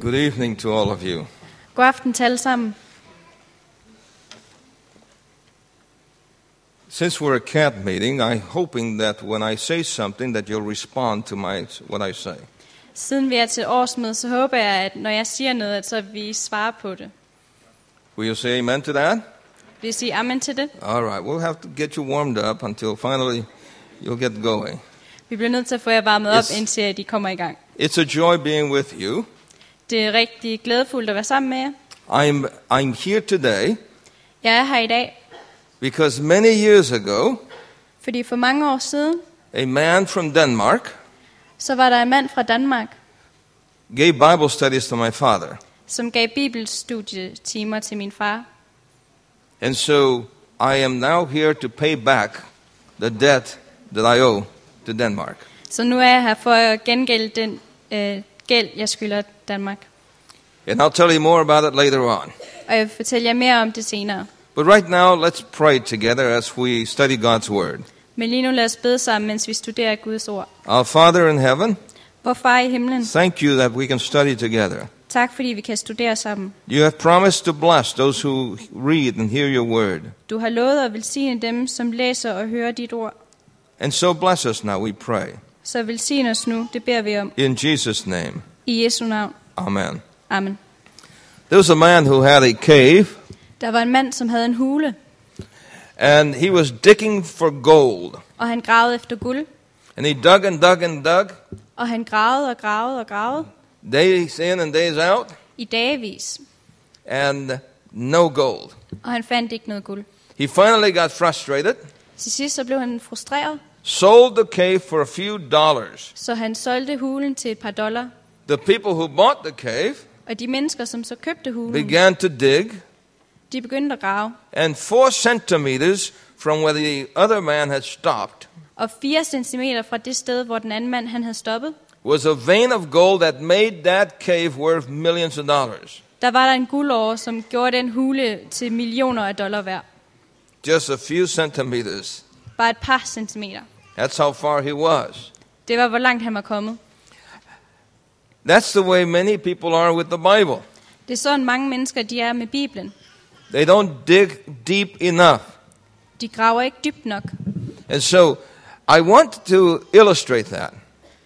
Good evening to all of you. God aften til alle sammen. Since we're a camp meeting, I'm hoping that when I say something that you'll respond to my what I say. Siden vi er til årsmøde, så håber jeg, at når jeg siger noget, at så vi svarer på det. Will you say amen to that? Vil I sige amen til det? All right, we'll have to get you warmed up until finally you'll get going. Vi bliver nødt til at få jer varmet Yes. op, indtil de kommer i gang. It's a joy being with you. Det er rigtig glædefuldt at være sammen med jer. I'm I'm here today Jeg er her i dag, because many years ago, fordi for mange år siden, a man from Denmark så var der en mand fra Danmark, gave Bible studies to my father. som gav bibelstudietimer til min far. And so I am now here to pay back the debt that I owe to Denmark. Så nu er jeg her for at gengælde den øh, gæld, jeg skylder Danmark. And I'll tell you more about it later on. Og jeg vil fortælle jer mere om det senere. But right now, let's pray together as we study God's Word. Men lige nu lad os bede sammen, mens vi studerer Guds ord. Our Father in heaven, Vor far i himlen, thank you that we can study together. tak fordi vi kan studere sammen. You have promised to bless those who read and hear your Word. Du har lovet at velsigne dem, som læser og hører dit ord. And so bless us now, we pray. Så velsign os nu, det beder vi om. In Jesus' name, I Jesu navn. Amen. Amen. There was a man who had a cave, Der var en mand, som havde en hule, and he was digging for gold. og han gravede efter guld. And he dug and dug and dug, Og han gravede og gravede og gravede days in and days out, i dagevis. and no gold. Og han fandt ikke noget guld. He finally got frustrated, Til sidst så blev han frustreret, sold the cave for a few dollars. så han solgte hulen til et par dollar. The people who bought the cave Og de mennesker, som så købte hulen, began to dig, de begyndte at grave. and four centimeters from where the other man had stopped Og 4 cm fra det sted, hvor den anden mand han havde stoppet, was a vein of gold that made that cave worth millions of dollars. der var der en guldåre, som gjorde den hule til millioner af dollar værd. Just a few centimeters. Bare et par centimeter. That's how far he was. Det var, hvor langt han var kommet. That's the way many people are with the Bible. Det er sådan mange mennesker, de er med Bibelen. They don't dig deep enough. De graver ikke dybt nok. And so I want to illustrate that.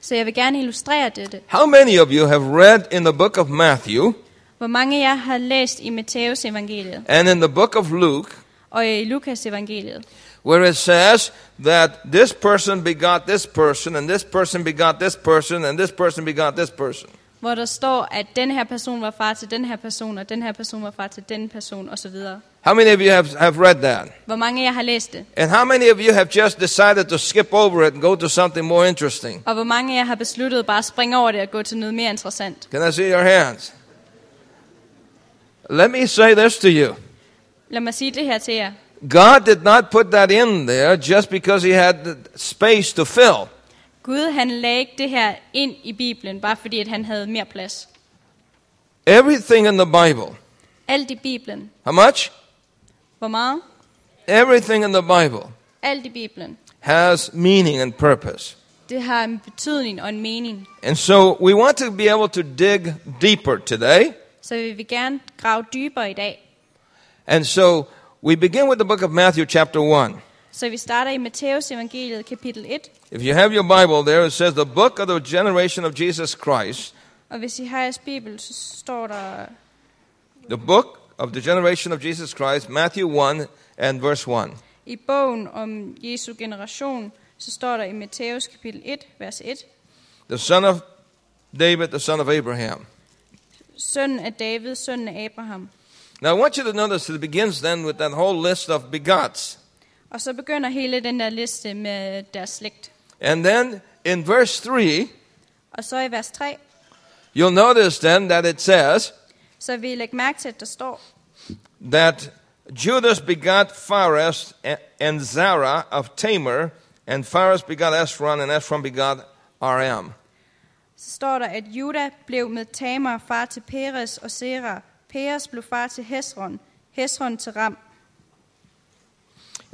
Så jeg vil gerne illustrere dette. How many of you have read in the book of Matthew Hvor mange af jer har læst i Matteus evangeliet and in the book of Luke og i Lukas evangeliet, where it says that this person begot this person, and this person begot this person, and this person begot this person? hvor der står, at den her person var far til den her person, og den her person var far til den person osv. How many of you have, have read that? Hvor mange af jer har læst det? And how many of you have just decided to skip over it and go to something more interesting? Og hvor mange af jer har besluttet bare at springe over det og gå til noget mere interessant? Can I see your hands? Let me say this to you Lad mig sige det her til jer. God did not put that in there just because He had the space to fill. Gud han lagde ikke det her ind i Bibelen, bare fordi at han havde mere plads. Everything in the Bible, Alt i Bibelen. how much? Hvor meget? Everything in the Bible Alt i Bibelen. has meaning and purpose. Det har en betydning og en mening. And so we want to be able to dig deeper today. Så vi vil gerne grave dybere i dag. And so we begin with the book of Matthew, chapter 1. Så vi starter i Matteus evangeliet kapitel 1. If you have your Bible there, it says, The book of the generation of Jesus Christ, Og hvis I har jeres bibel, så står der the book of the generation of Jesus Christ, Matthew 1 and verse 1. i bogen om Jesu generation, så står der i Matteus kapitel 1, vers 1. The son of David, the son of Abraham. Søn af David, søn af Abraham. Now I want you to notice that it begins then with that whole list of begots. Og så begynder hele den der liste med deres slægt. And then in verse 3, Og så i vers 3, you'll notice then that it says så vil I lægge mærke til, at der står, that Judas begot Phares a- and Zara of Tamar, and Phares begot Esron, and Esron begot Aram. så står der, at Juda blev med Tamar far til Peres og Sera. Peres blev far til Hesron, Hesron til Ram.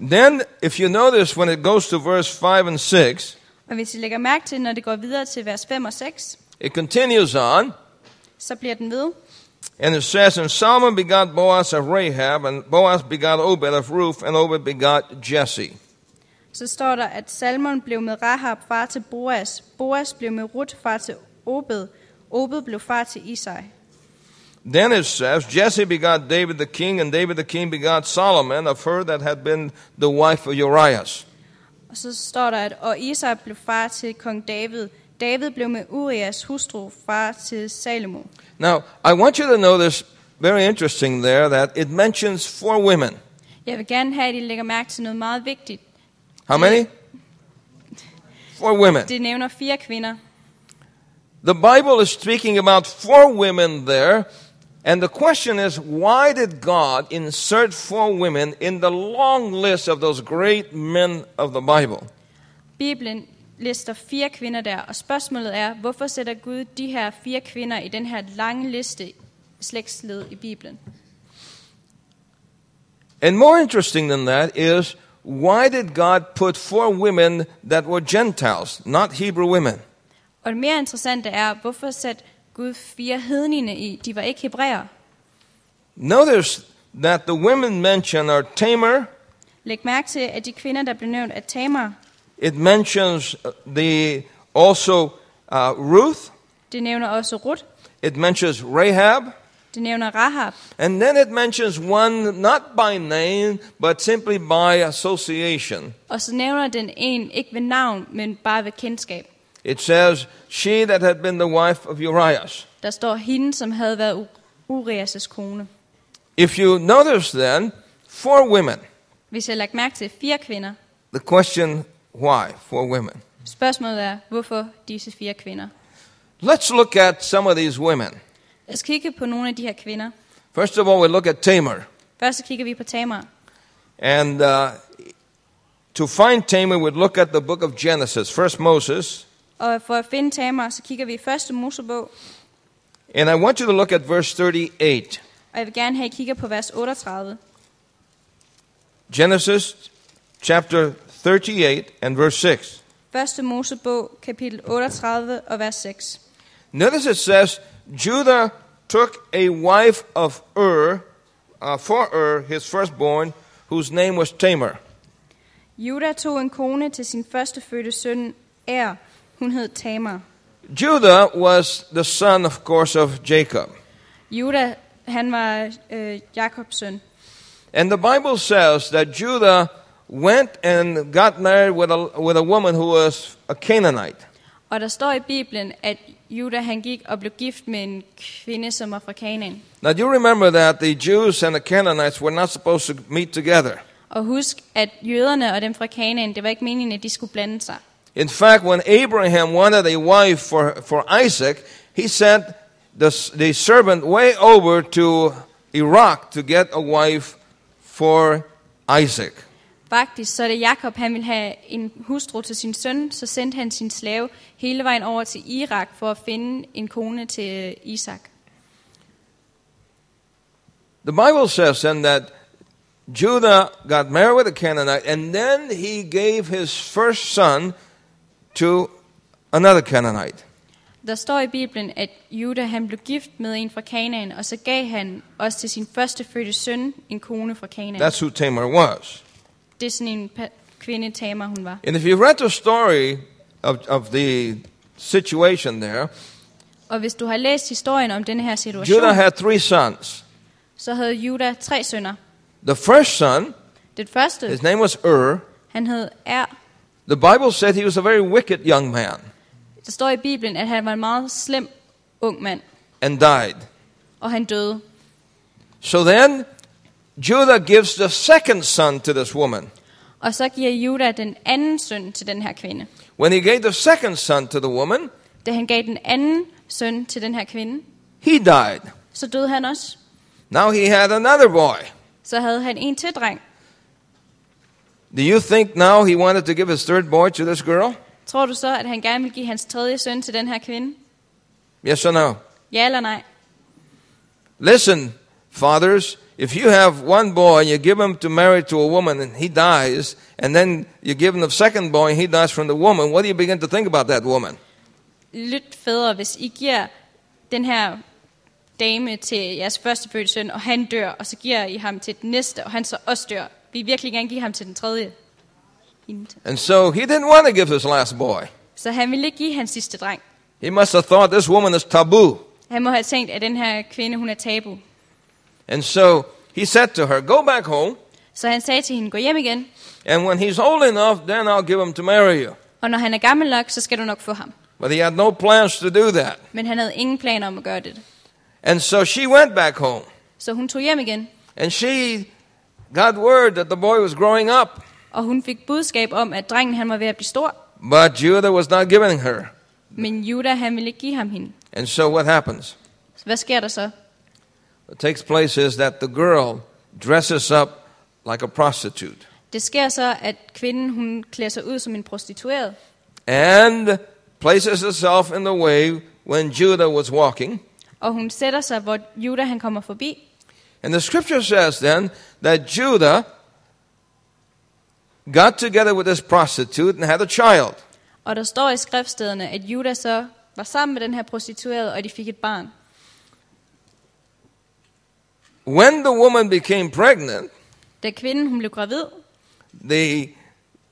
Then, if you notice, when it goes to verse 5 and 6, Og hvis I lægger mærke til, når det går videre til vers 5 og 6, it continues on Så bliver den ved. And it says, And Solomon begot Boaz of Rahab, and Boaz begot Obed of Ruth, and Obed begot Jesse. Så står der, at Salmon blev med Rahab far til Boas. Boas blev med Rut far til Obed. Obed blev far til Isai. Then it says, Jesse begot David the king, and David the king begot Solomon of her that had been the wife of Urias. Og så står der, at og Isai blev far til kong David. David blev med Urias hustru far til Salomo. Now, I want you to notice, very interesting there, that it mentions four women. Jeg vil gerne have, at I lægger mærke til noget meget vigtigt. How many? Four women. Det nævner fire kvinder. The Bible is speaking about four women there, and the question is why did God insert four women in the long list of those great men of the Bible? Bibelen lister fire kvinder der, og spørgsmålet er, hvorfor sætter Gud de her fire kvinder i den her lange liste slægtsled i Bibelen? And more interesting than that is why did God put four women that were Gentiles, not Hebrew women? Og det mere interessante er, hvorfor satte Gud fire hedningene i? De var ikke hebræer. Notice that the women mentioned are Tamar, Læg mærke til, at de kvinder, der blev nævnt, er Tamar. it mentions the also uh, Ruth, Det nævner også Rut. it mentions Rahab, Det nævner Rahab. And then it mentions one not by name, but simply by association. Og så nævner den en ikke ved navn, men bare ved kendskab. It says, She that had been the wife of Urias. Der står hende, som havde været U- Urias' kone. If you notice then, four women. Hvis jeg lagt mærke til fire kvinder, The question, why four women? spørgsmålet er, hvorfor disse fire kvinder? Let's look at some of these women. Lad os kigge på nogle af de her kvinder. First of all, we look at Tamar. Først så kigger vi på Tamar. And uh, to find Tamar, we look at the book of Genesis, First Moses. Og for at finde Tamar, så kigger vi i første Mosebog. And I want you to look at verse 38. Og jeg vil gerne have, at I kigger på vers 38. Genesis chapter 38 and verse 6. Første Mosebog, kapitel 38 og vers 6. Notice it says Judah took a wife of Ur, uh, for Ur, his firstborn, whose name was Tamar. Juda tog en kone til sin førstefødte søn, Er. Hun hed Tamar. Judah was the son, of course, of Jacob. Juda, han var øh, Jakobs søn. And the Bible says that Judah went and got married with a, with a woman who was a Canaanite. Og der står i Bibelen, at Juda han gik og blev gift med en kvinde, som var fra Kanaan. Now, do you remember that the Jews and the Canaanites were not supposed to meet together? Og husk, at jøderne og dem fra Kanaan, det var ikke meningen, at de skulle blande sig. In fact, when Abraham wanted a wife for, for Isaac, he sent the, the servant way over to Iraq to get a wife for Isaac. Faktisk så er det Jakob, han ville have en hustru til sin søn, så sendte han sin slave hele vejen over til Irak for at finde en kone til øh, Isak. The Bible says then that Judah got married with a Canaanite and then he gave his first son to another Canaanite. Der står i Bibelen, at Juda han blev gift med en fra Kanaan, og så gav han også til sin førstefødte søn en kone fra Kanaan. That's who Tamar was. Det er sådan en pa- kvinde Tamar, hun var. And if you read the story of, of the situation there, Og hvis du har læst historien om denne her situation, Judah had three sons. så havde Juda tre sønner. The first son, Den første, his name was Ur. han hed Er. The Bible said he was a very wicked young man Der står i Bibelen, at han var en meget slem ung mand, and died. og han døde. So then, Judah gives the second son to this woman. Og så giver Juda den anden søn til den her kvinde. When he gave the second son to the woman, Da han gav den anden søn til den her kvinde, he died. så døde han også. Now he had another boy. Så havde han en til dreng. Do you think now he wanted to give his third boy to this girl? Tror du så, at han gerne vil give hans tredje søn til den her kvinde? Yes or no? Ja eller nej? Listen, fathers, if you have one boy and you give him to marry to a woman and he dies, and then you give him the second boy and he dies from the woman, what do you begin to think about that woman? Lyt fædre, hvis I giver den her dame til jeres førstefødte søn, og han dør, og så giver I ham til den næste, og han så også dør. Vil I virkelig gerne give ham til den tredje? Hende. And so he didn't want to give his last boy. Så han ville ikke give hans sidste dreng. He must have thought this woman is taboo. Han må have tænkt, at den her kvinde, hun er tabu. And so he said to her, Go back home, Så han sagde til hende, gå hjem igen, and when he's old enough, then I'll give him to marry you. og når han er gammel nok, så skal du nok få ham. But he had no plans to do that. Men han havde ingen planer om at gøre det. And so she went back home, Så hun tog hjem igen, and she got word that the boy was growing up. og hun fik budskab om, at drengen han var ved at blive stor, But Judah was not giving her. men Judah han ville ikke give ham hende. And so what happens? Så hvad sker der så? What takes place is that the girl dresses up like a prostitute. Det sker så, at kvinden hun klæder sig ud som en prostitueret, and places herself in the way when Judah was walking. og hun sætter sig, hvor Judah han kommer forbi. And the scripture says then that Judah got together with this prostitute and had a child. Og der står i skriftstederne, at Judah så var sammen med den her prostituerede, og de fik et barn. When the woman became pregnant, Da kvinden hun blev gravid, the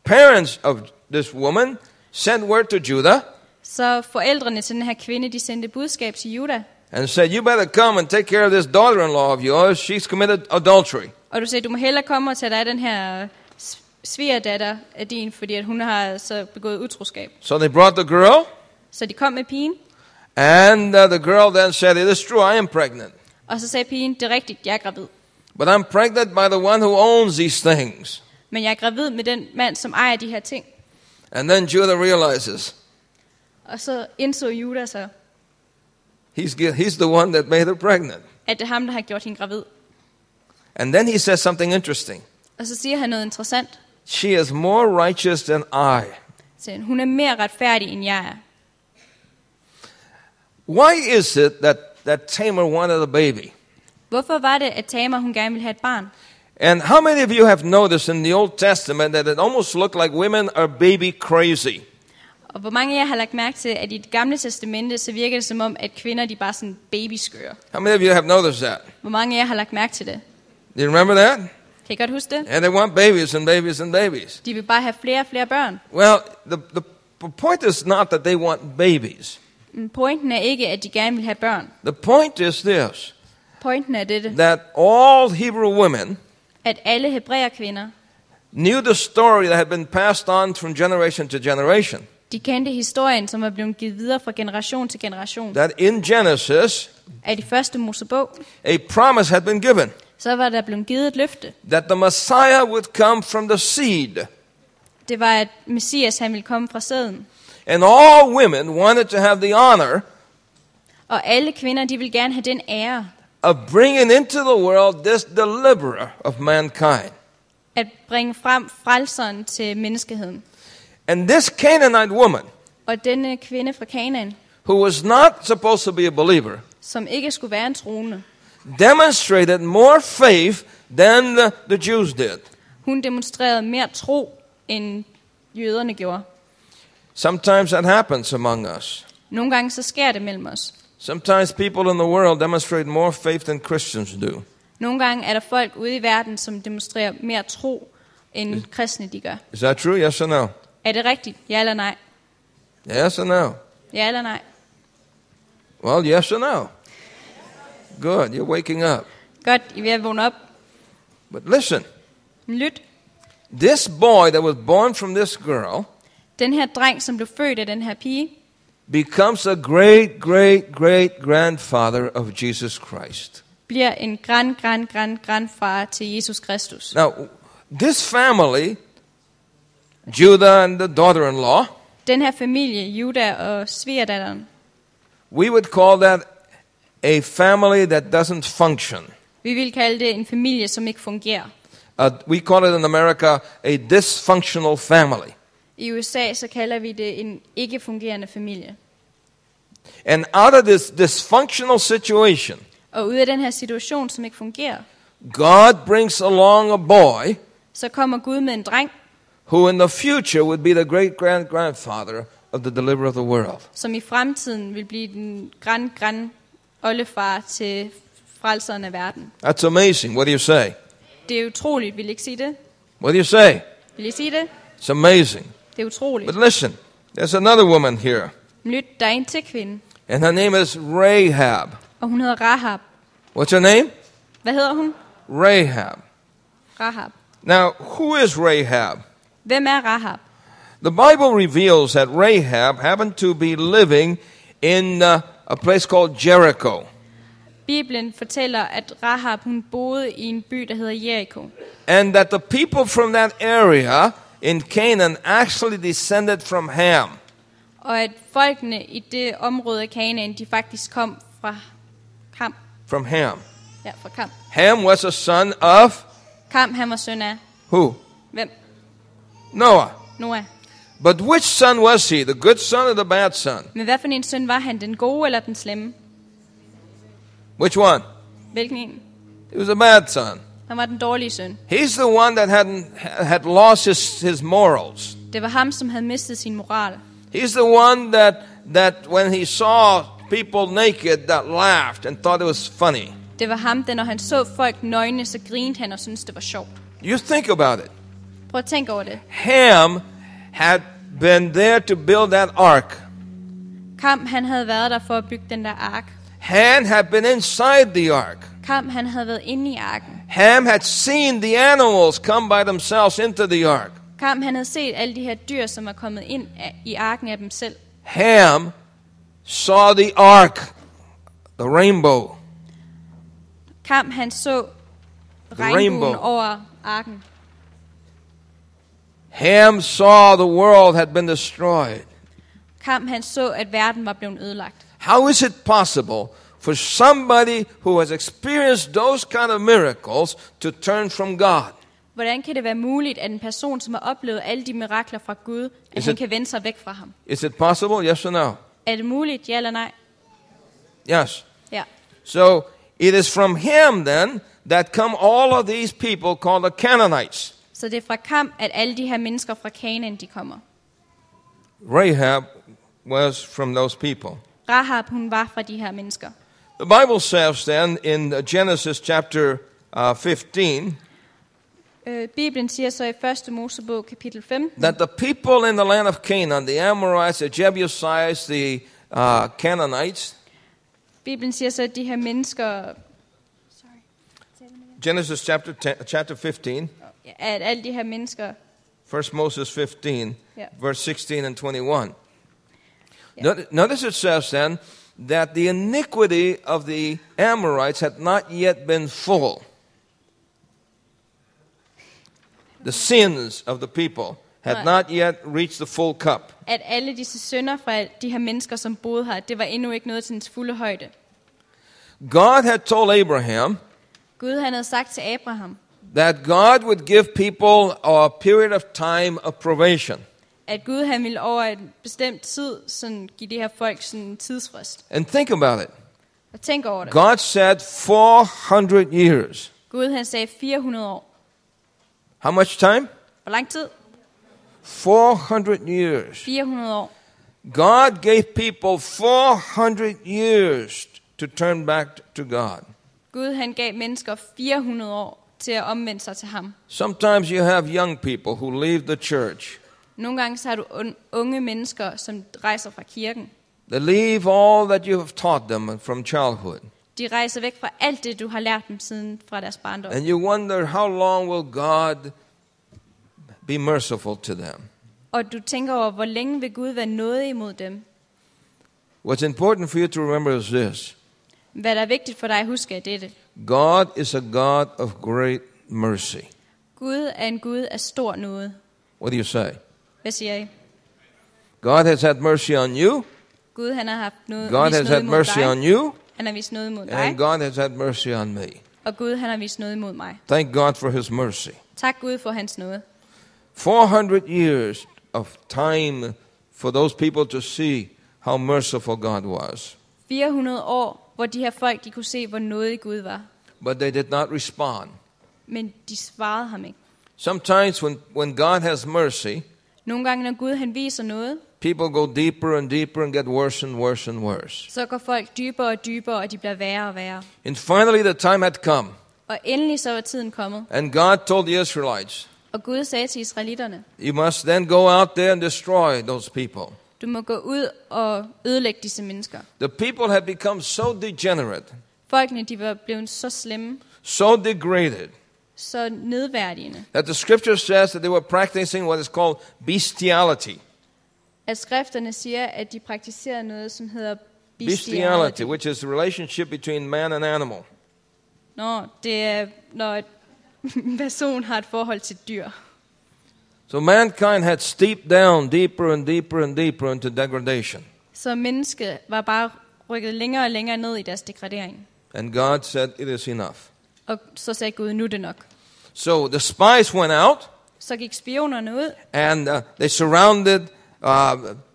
parents of this woman sent word to Judah så forældrene til den her kvinde, de sendte budskab til Judah. and said, You better come and take care of this daughter in law of yours. She's committed adultery. Og du sagde, du må hellere komme og tage dig af den her s- svigerdatter af din, fordi at hun har så begået utroskab. So they brought the girl, Så de kom med pigen, and uh, the girl then said, It is true, I am pregnant. og så sagde pigen, det er rigtigt, jeg er gravid. But I'm pregnant by the one who owns these things. Men jeg er gravid med den mand, som ejer de her ting. And then Judah realizes Og så indså Judah så, he's, gu- he's the one that made her pregnant. at det er ham, der har gjort hende gravid. And then he says something interesting Og så siger han noget interessant. She is more righteous than I. Så han, hun er mere retfærdig, end jeg er. Why is it that, that Tamar wanted a baby? Hvorfor var det, at Tamar hun gerne ville have et barn? And how many of you have noticed in the Old Testament that it almost looked like women are baby crazy? Og hvor mange af jer har lagt mærke til, at i det gamle testamente, så virker det som om, at kvinder de er bare sådan babyskøre. How many of you have noticed that? Hvor mange af jer har lagt mærke til det? Do you remember that? Kan I godt huske det? And they want babies and babies and babies. De vil bare have flere og flere børn. Well, the, the p- point is not that they want babies. Men pointen er ikke, at de gerne vil have børn. The point is this Pointen er dette, that all Hebrew women at alle hebræerkvinder, knew the story that had been passed on from generation to generation. de kendte historien, som er blevet givet videre fra generation til generation. That in Genesis, Af de første Mosebog, a promise had been given så var der blevet givet et løfte. that the Messiah would come from the seed. Det var, at Messias han ville komme fra sæden. And all women wanted to have the honor Og alle kvinder, de vil gerne have den ære, of bringing into the world this deliverer of mankind. at bringe frem frelseren til menneskeheden. And this Canaanite woman, Og denne kvinde fra Kanaan, who was not supposed to be a believer, som ikke skulle være en troende, demonstrated more faith than the, the Jews did. hun demonstrerede mere tro, end jøderne gjorde. Sometimes that happens among us. Nogle gange så sker det mellem os. Sometimes people in the world demonstrate more faith than Christians do. Nogle gange er der folk ude i verden, som demonstrerer mere tro, end kristne de gør. Is that true? Yes or no? Er det rigtigt? Ja eller nej? Yes or no? Ja eller nej? Well, yes or no? Good, you're waking up. Godt, I er ved at vågne op. But listen, Men lyt. this boy that was born from this girl Den her dreng, som blev født af den her pige, becomes a great, great, great grandfather of Jesus Christ. bliver en grand, grand, grand, grandfar til Jesus Kristus. Now, this family, Judah and the daughter in law, Den her familie, Juda og svigerdatteren, we would call that a family that doesn't function. vi vil kalde det en familie, som ikke fungerer. Uh, we call it in America a dysfunctional family. I USA så kalder vi det en ikke fungerende familie. And out of this dysfunctional situation, Og ud af den her situation, som ikke fungerer, God brings along a boy så kommer Gud med en dreng, who in the future would be the great grand grandfather of the deliverer of the world. som i fremtiden vil blive den grand, grand oldefar til frelseren af verden. That's amazing. What do you say? Det er utroligt, vil I ikke sige det? What do you say? Vil I sige det? It's amazing. Det er utroligt. But listen, there's another woman here, Men lyt, der er en til kvinde, and her name is Rahab. og hun hedder Rahab. What's her name? Hvad hedder hun? Rahab. Rahab. Now, who is Rahab? Hvem er Rahab? The Bible reveals that Rahab happened to be living in uh, a place called Jericho. Bibelen fortæller, at Rahab hun boede i en by, der hedder Jericho. and that the people from that area in Canaan actually descended from Ham. Og at folkene i det område af Kanaan, de faktisk kom fra Kam. From Ham. Ja, fra Kam. Ham was a son of Kam, han var søn af who? hvem? Noah. Noah. But which son was he? The good son or the bad son? Men hvad for en søn var han? Den gode eller den slemme? Which one? Hvilken en? He was a bad son. Han var den dårlige søn. He's the one that hadn't, had lost his, his morals. Det var ham, som havde mistet sin moral. He's the one that, that when he saw people naked that laughed and thought it was funny. Det var ham, der når han så folk nøgne, så grinede han og syntes, det var sjovt. You think about it. Prøv at tænke over det. Ham had been there to build that ark. Kam, han havde været der for at bygge den der ark. Ham had been inside the ark. Kam, han havde været inde i arken. Ham had seen the animals come by themselves into the ark. Kam, han havde set alle de her dyr, som var kommet ind af, i arken af dem selv. Ham saw the ark, the rainbow. Kam, han så rainbow. regnbuen over arken. Ham saw the world had been destroyed. Kam, han så, at verden var blevet ødelagt. How is it possible for somebody who has experienced those kind of miracles to turn from God? Hvordan kan det være muligt, at en person, som har oplevet alle de mirakler fra Gud, at Is han it- kan vende sig væk fra ham? Is it possible? Yes or no? Er det muligt, ja eller nej? Yes. Ja. So it is from him then that come all of these people called the Canaanites. Så det er fra Kam, at alle de her mennesker fra Kanaan, de kommer. Rahab was from those people. Rahab, hun var fra de her mennesker. The Bible says then in Genesis chapter uh, 15 Øh, Bibelen siger så i 1. Mosebog kapitel 5, that the people in the land of Canaan, the Amorites, the Jebusites, the uh, Canaanites, Bibelen siger så, at de her mennesker, Genesis chapter, 10, chapter 15, at alle de her mennesker 1 Moses 15, Yeah. verse 16 and 21. Yeah. Not- Notice it says then that the iniquity of the Amorites had not yet been full. The sins of the people had Right. not yet reached the full cup. at alle disse sønder fra de her mennesker, som boede her, det var endnu ikke noget til dens fulde højde. God had told Abraham Gud han havde sagt til Abraham, that God would give people a period of time of probation at Gud han ville over en bestemt tid sådan, give det her folk sådan en tidsfrist. And think about it. Og tænk over det. God said 400 years. Gud han sagde 400 år. How much time? Hvor lang tid? 400 years. 400 år. God gave people 400 years to turn back to God. Gud han gav mennesker 400 år til at omvende sig til ham. Sometimes you have young people who leave the church. Nogle gange så har du un- unge mennesker, som rejser fra kirken. They leave all that you have taught them from childhood. De rejser væk fra alt det, du har lært dem siden fra deres barndom. And you wonder how long will God be merciful to them? Og du tænker over, hvor længe vil Gud være noget imod dem? What's important for you to remember is this Hvad der er vigtigt for dig at huske er dette. God is a God of great mercy. Gud er en Gud af stor noget. What do you say? Hvad siger I? God has had mercy on you, Gud han har haft noget, God vist has noget had imod mercy dig. on you, Han har vist noget imod dig. and God has had mercy on me. Og Gud han har vist noget imod mig. Thank God for His mercy. Tak Gud for hans noget. 400 years of time for those people to see how merciful God was. 400 år, hvor de her folk de kunne se, hvor nådig Gud var. But they did not respond. Men de svarede ham ikke. Sometimes when, when God has mercy, Nogle gange, når Gud han viser noget, people go deeper and deeper and get worse and worse and worse. Så går folk dybere og dybere, og de bliver værre og værre. And finally, the time had come, Og endelig så var tiden kommet, and God told the Israelites, og Gud sagde til israelitterne, You must then go out there and destroy those people. du må gå ud og ødelægge disse mennesker. The people had become so degenerate, Folkene de var blevet så slemme, so degraded, så nedværdigende, that the scripture says that they were practicing what is called bestiality. at skrifterne siger, at de praktiserer noget, som hedder bestiality. Bestiality, which is the relationship between man and animal. Nå, det er, når et- en person har et forhold til dyr. So mankind had steeped down deeper and deeper and deeper into degradation. Så mennesket var bare rykket længere og længere ned i deres degradering. And God said, It is enough. Og så sagde Gud, nu er det nok. So the spies went out Så gik spionerne ud, and uh, they surrounded, uh,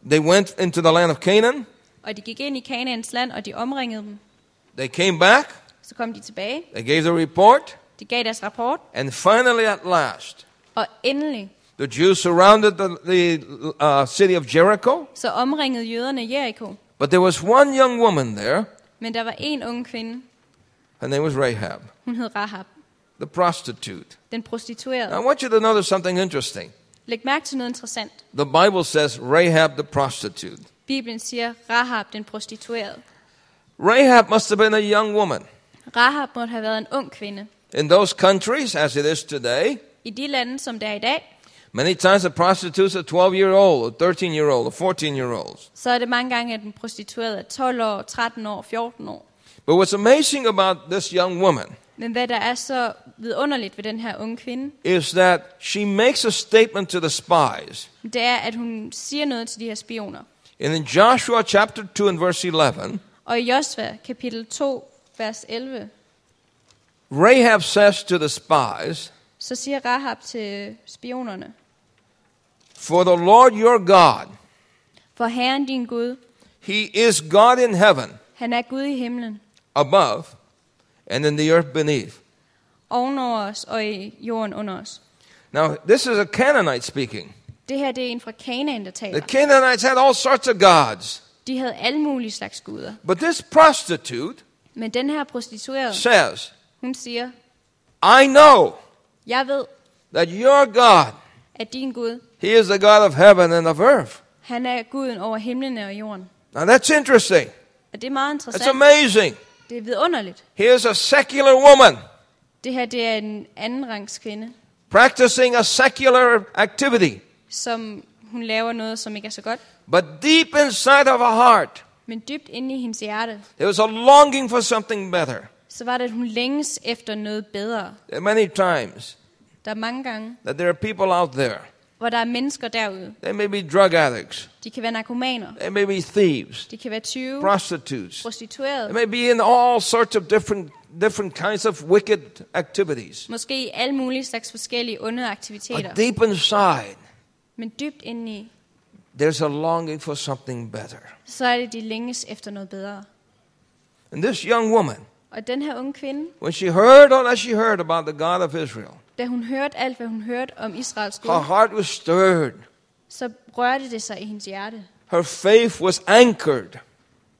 they went into the land of Canaan. og de gik ind i Kanaans land, og de omringede dem. They came back, Så kom de tilbage, they gave the report, de gav deres rapport, and finally, at last, og endelig the Jews surrounded the, the uh, city of Jericho. så omringede jøderne Jericho. But there was one young woman there, Men der var en ung kvinde, her name was Rahab, hun hed Rahab, the prostitute. Now, den I prostituerede. want you to notice something interesting. Læg mærke til noget interessant. The Bible says Rahab the prostitute. Bibelen siger Rahab, den prostituerede. Rahab must have been a young woman. Rahab måtte have været en ung kvinde. In those countries, as it is today, I de lande, som det er i dag, many times the prostitutes are 12 year old, or 13 year old, or 14 year olds. så er det mange gange, at den prostituerede er 12 år, 13 år, 14 år. But what's amazing about this young woman Men hvad der er så vidunderligt ved den her unge kvinde, is that she makes a statement to the spies. det er, at hun siger noget til de her spioner. And in Joshua chapter 2 and verse 11, Og i Josva, kapitel 2, vers 11, Rahab says to the spies, så siger Rahab til spionerne, For the Lord your God, For Herren din Gud, He is God in heaven han er Gud i himlen, above and in the earth beneath. ovenover os og i jorden under os. Now, this is a Canaanite speaking. Det her det er en fra Kanaan, der taler. The Canaanites had all sorts of gods. De havde alle mulige slags guder. But this prostitute Men den her prostituerede, says, hun siger, I know jeg ved, that your God, at din Gud, He is the God of heaven and of earth. han er guden over himlen og jorden. Now that's interesting. Og det er That's meget interessant. amazing. Det er vidunderligt. Here's a secular woman Det her det er en anden rangs kvinde, practicing a secular activity. som hun laver noget, som ikke er så godt. But deep inside of her heart, Men dybt inde i hendes hjerte, there was a longing for something better. så var det, at hun længes efter noget bedre. There are many times Der er mange gange, that there are people out there. hvor der er mennesker derude. They may be drug addicts. De kan være narkomaner. They may be thieves, De kan være 20 prostitutes. They prostituerede. may be in all sorts of different, different kinds of wicked activities. Måske i alle mulige slags forskellige onde But aktiviteter. deep inside, Men dybt inde i, there's a longing for something better. så er det, de længes efter noget bedre. And this young woman, Og den her unge kvinde, when she heard all that she heard about the God of Israel, da hun hørte alt, hvad hun hørte om Israels her Gud, heart was stirred. så rørte det sig i hendes hjerte. Her faith was anchored.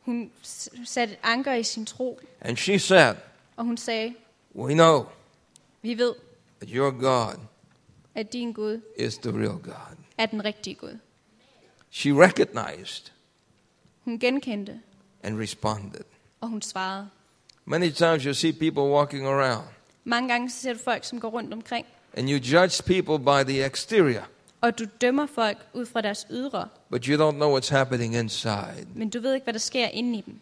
Hun s- satte et anker i sin tro, And she said, og hun sagde, We know vi ved, that your God at din Gud is the real God. er den rigtige Gud. She recognized Hun genkendte, and responded. og hun svarede. Many times you see people walking around Mange gange så ser du folk, som går rundt omkring, and you judge people by the exterior, og du dømmer folk ud fra deres ydre, but you don't know what's happening inside. men du ved ikke, hvad der sker inde i dem.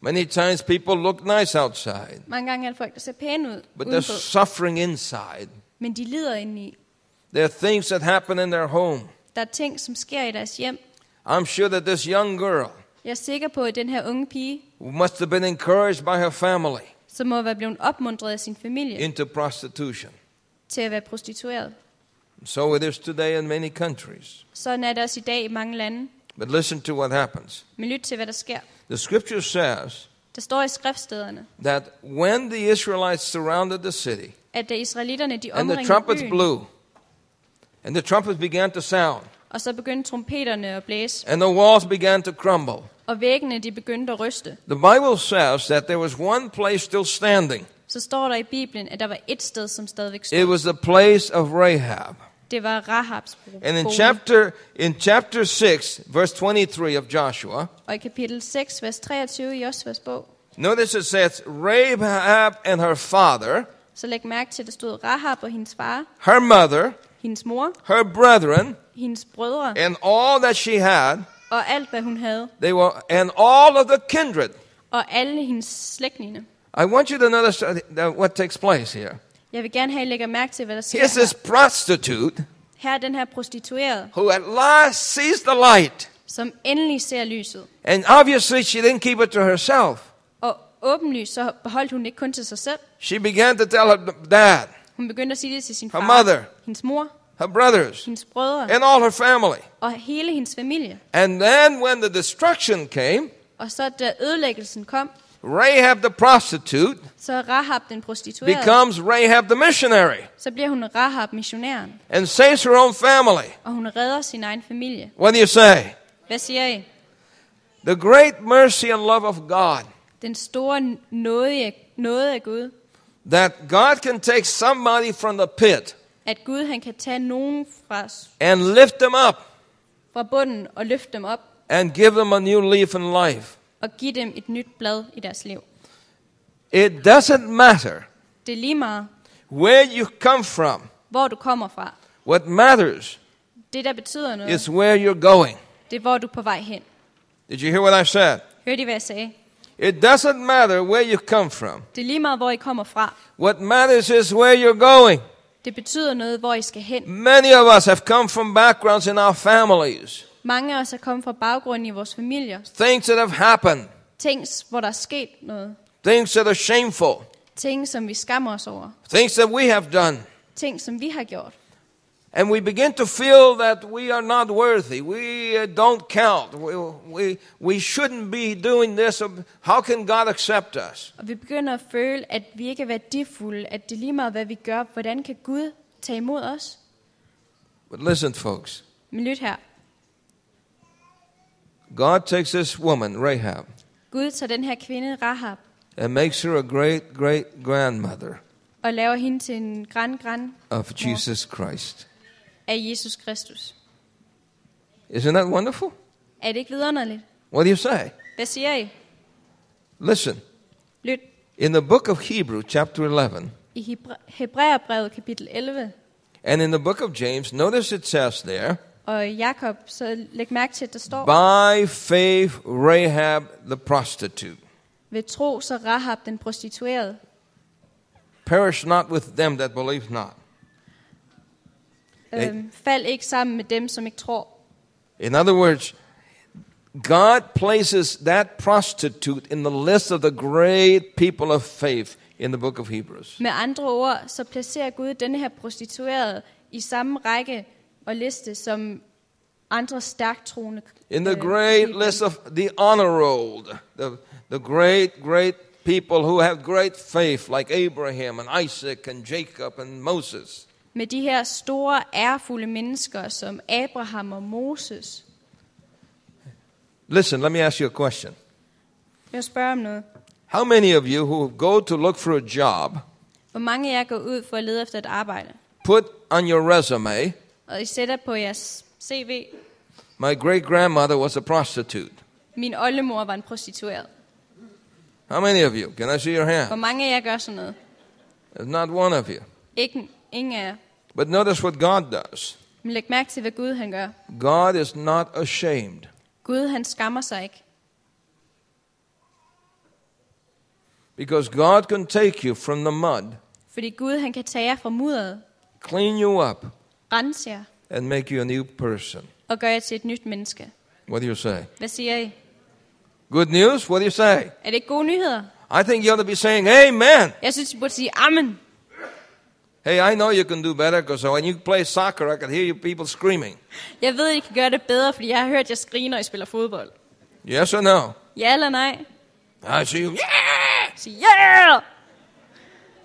Many times people look nice outside, Mange gange er der folk, der ser pæne ud but they're udenpå, suffering inside. men de lider inde i. There are things that happen in their home. Der er ting, som sker i deres hjem. I'm sure that this young girl Jeg er sikker på, at den her unge pige, must have been encouraged by her family som må være blevet opmuntret af sin familie into prostitution. til at være prostitueret. So it is today in many countries. Sådan er det også i dag i mange lande. But listen to what happens. Men lyt til, hvad der sker. The scripture says Der står i skriftstederne, that when the Israelites surrounded the city at da israelitterne de and the omringede trumpets byen, blew and the trumpets began to sound, og så begyndte trompeterne at blæse, and the walls began to crumble. og væggene de begyndte at ryste. The Bible says that there was one place still standing. Så står der i Bibelen, at der var et sted, som stadigvæk It stod. was the place of Rahab. Det var Rahabs And in bolig. chapter in chapter 6 verse 23 of Joshua, Og i kapitel 6, vers 23 i Josvas bog, notice it says Rahab and her father, så læg mærke til, at der stod Rahab og hendes far, her mother, hendes mor, her brethren, hendes brødre and all that she had, og alt, hvad hun havde, they were and all of the kindred. og alle hendes slægtninge. I want you to notice uh, that what takes place here. Jeg vil gerne have, at I lægger mærke til, hvad der sker Here's this her. prostitute Her er den her prostituerede, who at last sees the light. som endelig ser lyset. And obviously she didn't keep it to herself. Og åbenlyst, så beholdt hun ikke kun til sig selv. She began to tell her dad, Hun begyndte at sige det til sin Her far, mother. hendes mor, her brothers, hendes brødre and all her family. og hele hendes familie. And then when the destruction came, Og så da ødelæggelsen kom, Rahab the prostitute så er Rahab den prostituerede, becomes Rahab the missionary så bliver hun Rahab missionæren, and saves her own family. og hun redder sin egen familie. What do you say? Hvad siger I? The great mercy and love of God Den store nåde, nåde af Gud, that God can take somebody from the pit at Gud han kan tage nogen fra, and lift them up fra bunden og løfte dem op and give them a new leaf in life. og give dem et nyt blad i deres liv. It doesn't matter Det er lige meget, where you come from. hvor du kommer fra. What matters Det, der betyder noget, is where you're going. det er, hvor du er på vej hen. Did you hear what I said? Hørte I, hvad jeg sagde? It doesn't matter where you come from. Det er lige meget, hvor I kommer fra. What matters is where you're going. Det betyder noget, hvor I skal hen. Many of us have come from backgrounds in our families, Mange af os er kommet fra baggrunden i vores familier. things that have happened, Ting, hvor der er sket noget. things that are shameful, Ting, som vi skammer os over. things that we have done. Ting, som vi har gjort. And we begin to feel that we are not worthy. We uh, don't count. We, we, we shouldn't be doing this. How can God accept us? Og vi begynder at føle, at vi ikke er værdifulde. At det er lige meget, hvad vi gør. Hvordan kan Gud tage imod os? But listen, folks. Men lyt her. God takes this woman, Rahab, Gud tager den her kvinde, Rahab, and makes her a great great grandmother og laver hende til en gran gran of Jesus Christ. af Jesus Kristus. Isn't that wonderful? Er det ikke vidunderligt? What do you say? Hvad siger I? Listen, Lyt. in the book of Hebrew, chapter 11, I Hebr- Hebræerbrevet kapitel 11 and in the book of James, notice it says there, og Jakob, så læg mærke til, at der står, by faith Rahab the prostitute ved tro så Rahab den prostituerede perish not with them that believe not. Hey. øhm, fald ikke sammen med dem, som ikke tror. In other words, God places that prostitute in the list of the great people of faith in the book of Hebrews. Med andre ord, så placerer Gud denne her prostituerede i samme række og liste som andre stærkt troende. In the øh, great bibel. list of the honor rolled, the, the great, great people who have great faith, like Abraham and Isaac and Jacob and Moses. Med de her store, ærefulde mennesker som Abraham og Moses. Listen, let me ask you a question. Jeg spørger om noget. How many of you who go to look for a job Hvor mange af jer går ud for at lede efter et arbejde? put on your resume, Og I sætter på jeres CV, my great grandmother was a prostitute? min oldemor var en prostitueret. How many of you? Can I see your Hvor hand? mange af jer gør sådan noget? There's not one of you. Ikke, ingen af jer. But notice what God does Men læg mærke til, hvad Gud han gør. God is not ashamed. Gud han skammer sig ikke. Because God can take you from the mud, Fordi Gud han kan tage jer fra mudderet, clean you up, rense jer and make you a new person. og gøre jer til et nyt menneske. What do you say? Hvad siger I? Good news? What do you say? Er det ikke gode nyheder? I think you ought to be saying, Amen. Jeg synes, I burde sige amen. Hey, I know you can do better because when you play soccer, I can hear you people screaming. Jeg ved, I kan gøre det bedre, fordi jeg har hørt, at jeg skriger, når I spiller fodbold. Yes or no? Ja eller nej? I see you. Yeah! Sig ja! Yeah!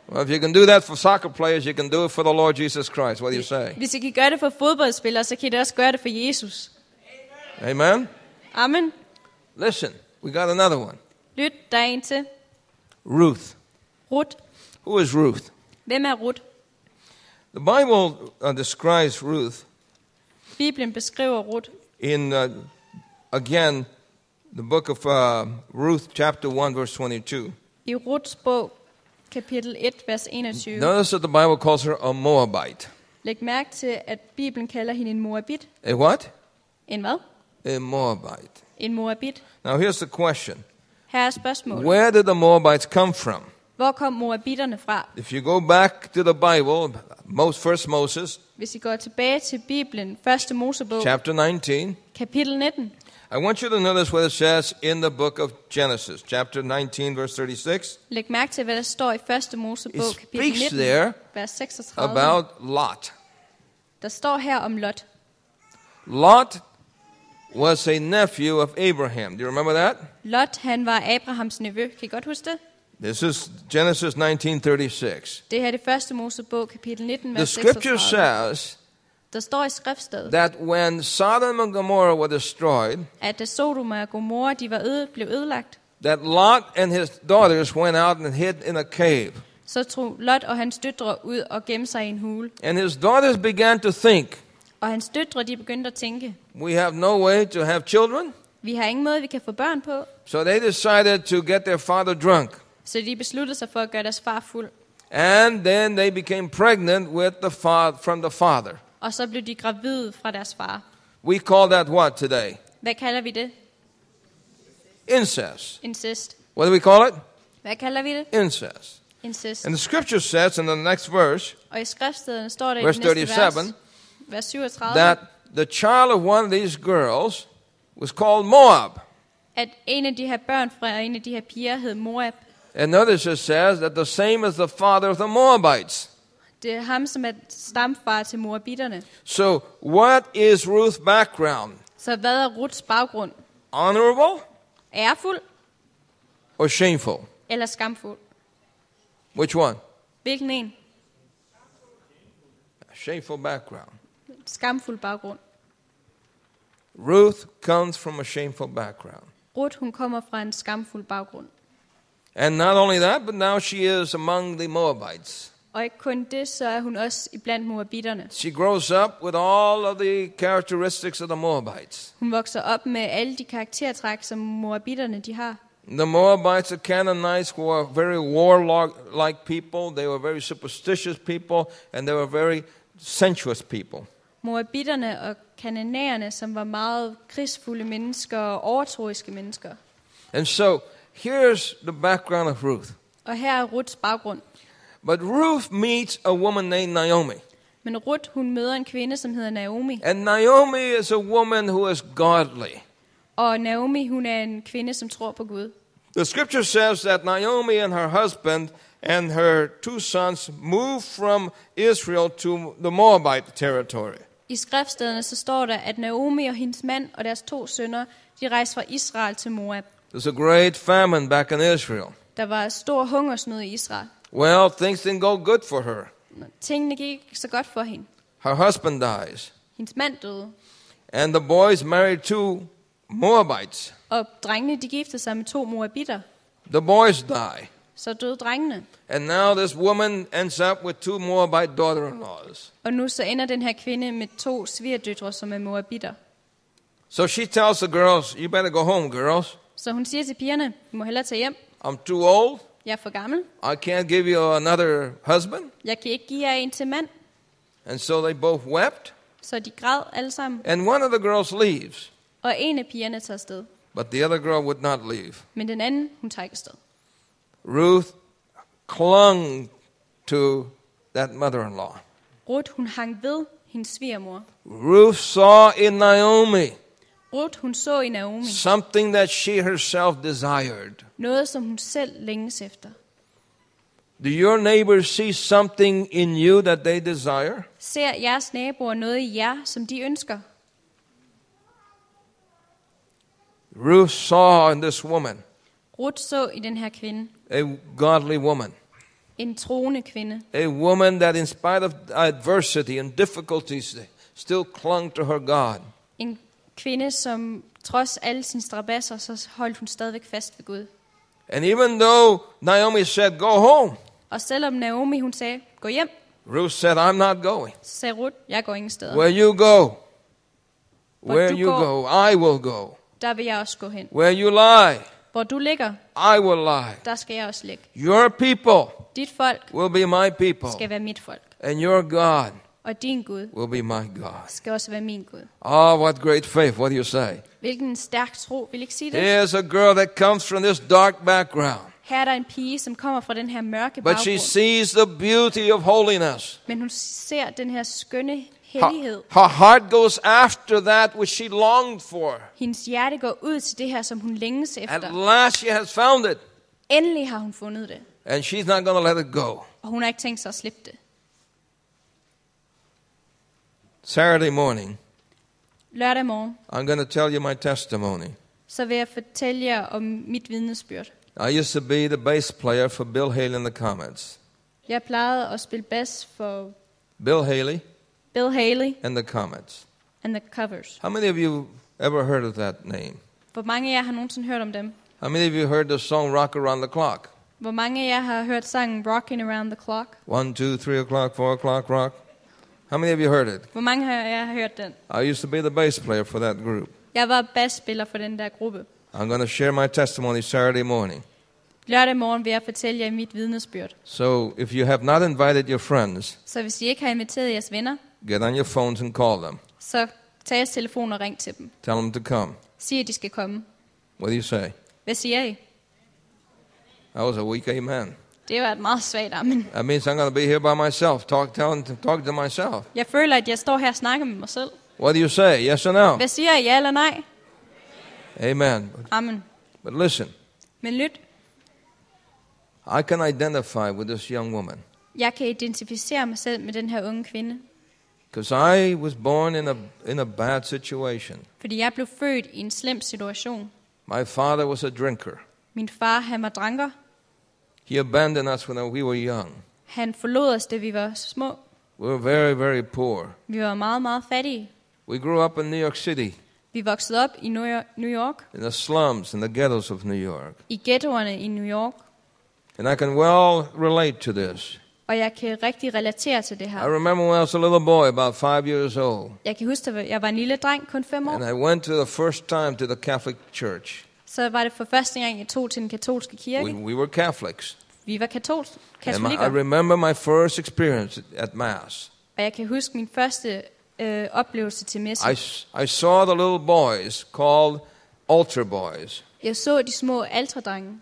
Well, if you can do that for soccer players, you can do it for the Lord Jesus Christ. What do you say? Hvis I kan gøre det for fodboldspillere, så kan I da også gøre det for Jesus. Amen? Amen. Listen, we got another one. Lyt, der er en til. Ruth. Rut. Who is Ruth? Hvem er Rut? The Bible uh, describes Ruth Bibelen beskriver Rut. in, uh, again, the book of uh, Ruth, chapter 1, verse 22. I Ruts bog, kapitel 1, vers 21. Notice that the Bible calls her a Moabite. Læg mærke til, at Bibelen kalder hende en moabit. A what? En hvad? A Moabite. En moabit. Now, here's the question Her er spørgsmålet. Where did the Moabites come from? Hvor kom moabitterne fra? If you go back to the Bible, most, first Moses, Hvis I går tilbage til Bibelen, 1. Mosebog, chapter 19, kapitel 19. I want you to notice what it says in the book of Genesis, chapter 19, verse 36, Læg mærke til, hvad der står i 1. Mosebog, It kapitel speaks 19, there vers 36. about Lot. Der står her om Lot. Lot was a nephew of Abraham. Do you remember that? Lot, han var Abrahams nevø. Kan I godt huske det? This is Genesis 19:36. Det her er det 1. Mosebog, kapitel 19, The vers scripture 36. says Der står i skriftstedet, that when Sodom and Gomorrah were destroyed, at da Sodoma og Gomorra de var øde, blev ødelagt, that Lot and his daughters went out and hid in a cave. så tog Lot og hans døtre ud og gemte sig i en hule. And his daughters began to think, Og hans døtre de begyndte at tænke, we have no way to have children. vi har ingen måde, vi kan få børn på. So they decided to get their father drunk. Så de besluttede sig for at gøre deres far fuld. And then they became pregnant with the fa- from the father. Og så blev de gravide fra deres far. We call that what today? Hvad kalder vi det? Incest. Incest. What do we call it? Hvad kalder vi det? Incest. Incest. And the scripture says in the next verse Og i skriftstederne står der i Vers det næste 37. vers, vers 37, that the child of one of these girls was called Moab. at en af de her børn fra en af de her piger hed Moab. And notice it says that the same as the father of the Moabites. Det er ham, som er stamfar til Moabitterne. So, what is Ruth's background? Så hvad er Ruts baggrund? Honorable Ærefuld or shameful? eller skamfuld? Which one? Hvilken en? Shameful background. Skamfuld baggrund. Ruth comes from a shameful background. Rut, hun kommer fra en skamfuld baggrund. And not only that, but now she is among the Moabites. Og ikke kun det, så er hun også iblandt Moabitterne. She grows up with all of the characteristics of the Moabites. Hun vokser op med alle de karaktertræk, som Moabitterne de har. The Moabites, the Canaanites, were very warlike people. They were very superstitious people, and they were very sensuous people. Moabitterne og kananæerne, som var meget krigsfulde mennesker og overtroiske mennesker. And so here's the background of Ruth. Og her er Ruts baggrund. But Ruth meets a woman named Naomi. Men Rut, hun møder en kvinde, som hedder Naomi. And Naomi is a woman who is godly. Og Naomi, hun er en kvinde, som tror på Gud. The scripture says that Naomi and her husband and her two sons moved from Israel to the Moabite territory. I skriftstederne så står der, at Naomi og hendes mand og deres to sønner, de rejste fra Israel til Moab. There's a great famine back in Israel. Der var stor hungersnød i Israel. Well, things didn't go good for her. Tingene gik ikke så godt for hende. Her husband dies, Hendes mand døde, and the boys marry two Moabites. og drengene de giftede sig med to moabitter. The boys die. Så døde drengene. And now this woman ends up with two Moabite daughter in laws. Og nu så ender den her kvinde med to svigerdøtre, som er moabitter. So she tells the girls, You better go home, girls. Så hun siger til pigerne, I må hellere tage hjem. I'm too old. Jeg er for gammel. I can't give you another husband. Jeg kan ikke give jer en til mand. And so they both wept. Så de græd alle sammen. And one of the girls leaves, Og en af pigerne tager afsted. but the other girl would not leave. Men den anden, hun tager ikke afsted. Ruth clung to that mother in law. Ruth, hun hang ved hendes svigermor. Ruth saw in Naomi Ruth, hun så i Naomi something that she herself desired. noget, som hun selv længes efter. Do your neighbors see something in you that they desire? Ser jeres naboer noget i jer, som de ønsker? Ruth saw in this woman Ruth så i den her kvinde a godly woman. en troende kvinde. a woman that, in spite of adversity and difficulties, still clung to her God. En kvinde, som trods alle sine strabasser, så holdt hun stadigvæk fast ved Gud. And even though Naomi said, Go home, Og selvom Naomi hun sagde, gå hjem, Ruth said, I'm not going. så sagde Ruth, jeg går ingen steder. Where you go, But where you you go- go, I will go. Der vil jeg også gå hen. Where you lie, Hvor du ligger, I will lie. der skal jeg også ligge. Your people Dit folk will be my people, skal være mit folk, and your God og din Gud will be my God. skal også være min Gud. Ah, what great faith, what do you say? Hvilken stærk tro, vil I ikke sige det? Here's a girl that comes from this dark background, Her er der en pige, som kommer fra den her mørke but she baggrund, sees the beauty of holiness. men hun ser den her skønne hellighed. Her, her heart goes after that which she longed for. Hendes hjerte går ud til det her, som hun længes At efter. last she has found it, Endelig har hun fundet det, and she's not going to let it go. og hun har ikke tænkt sig at slippe det. Saturday morning, Lørdag morgen, I'm going to tell you my testimony. så vil jeg fortælle jer om mit vidnesbyrd. I used to be the bass player for Bill Haley in the Comets. Jeg plejede at spille bass for Bill Haley Bill Haley and the Comets. and the Covers. How many of you ever heard of that name? Hvor mange af jer har nogensinde hørt om dem? How many of you heard the song Rock Around the Clock? Hvor mange af jer har hørt sangen Rockin' Around the Clock? One, two, three o'clock, four o'clock, rock. How many of you heard it? Hvor mange af jer har hørt den? I used to be the bass player for that group. Jeg var bassspiller for den der gruppe. I'm going to share my testimony Saturday morning. Lørdag morgen vil jeg fortælle jer mit vidnesbyrd. So if you have not invited your friends, Så hvis I ikke har inviteret jeres venner, get on your phones and call them. så tag jeres telefon og ring til dem. Tell them to come. Sig, at de skal komme. What do you say? Hvad siger I? That was a weak amen. Det var et meget svagt amen. That means I'm going to be here by myself, talk, telling, talk to myself. Jeg føler, at jeg står her og snakker med mig selv. What do you say? Yes or no? Hvad siger I? Ja eller nej? Amen. But, Amen. but listen, Men lyt, I can identify with this young woman jeg kan identificere mig selv med den her unge kvinde. because I was born in a, in a bad situation. Fordi jeg blev født i en slem situation. My father was a drinker. Min far, han var dranker. He abandoned us when we were young. Han forlod os, da vi var små. We were very, very poor. Vi var meget, meget fattige. We grew up in New York City, Vi voksede op i New York- New York, in the slums, in the ghettos of New York. i ghettoerne i New York. And I can well relate to this. Og jeg kan rigtig relatere til det I her. remember when I was a little boy, about five years old, Jeg kan huske, at jeg var en lille dreng, kun fem and år. I went to the first time to the Catholic Church. Så var det for første gang, jeg tog til den katolske We, kirke. we were Catholics. Vi var katolsk, And my- I katolikker. remember my first experience at- at Mass. Og jeg kan huske min første øh, oplevelse til messe. I, s- I saw the little boys called altar boys, Jeg så de små altredrenge.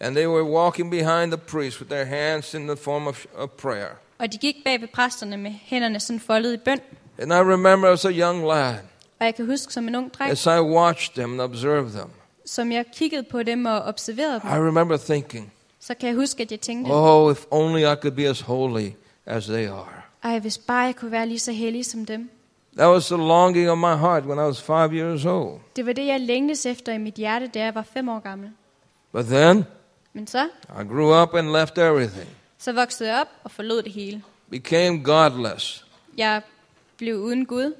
and they were walking behind the priest with their hands in the form of, of prayer. Og de gik bag ved præsterne med hænderne sådan foldet i bøn. And I remember as a young lad, Og jeg kan huske som en ung dreng, as I watched them and observed them, som jeg kiggede på dem og observerede dem, I remember thinking, så kan jeg huske, at jeg tænkte, Oh, if only I could be as holy as they are. ej, hvis bare jeg kunne være lige så hellig som dem. That was the longing of my heart when I was five years old. Det var det, jeg længtes efter i mit hjerte, da jeg var fem år gammel. But then Men så, I grew up and left everything, så voksede jeg op og forlod det hele. became godless. Jeg blev uden Gud,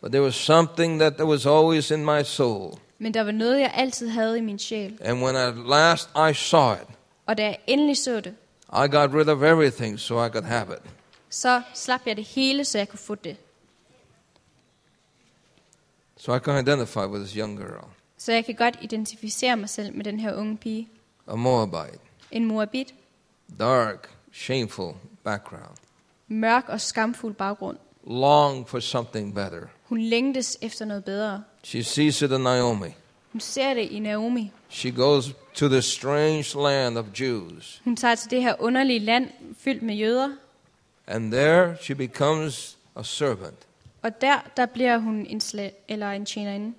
But there was something that was always in my soul. men der var noget, jeg altid havde i min sjæl. And when at last I saw it, Og da jeg endelig så det, I got rid of everything so I could have it. så slap jeg det hele, så jeg kunne få det. So I can identify with this young girl, Så jeg kan godt identificere mig selv med den her unge pige. a Moabite, En moabit, dark, shameful background, mørk og skamfuld baggrund. longed for something better. Hun længtes efter noget bedre. She sees it in Naomi. Hun ser det i Naomi. She goes to this strange land of Jews, Hun tager til det her underlige land fyldt med jøder, and there she becomes a servant. og der, der bliver hun en sla- eller en tjenerinde.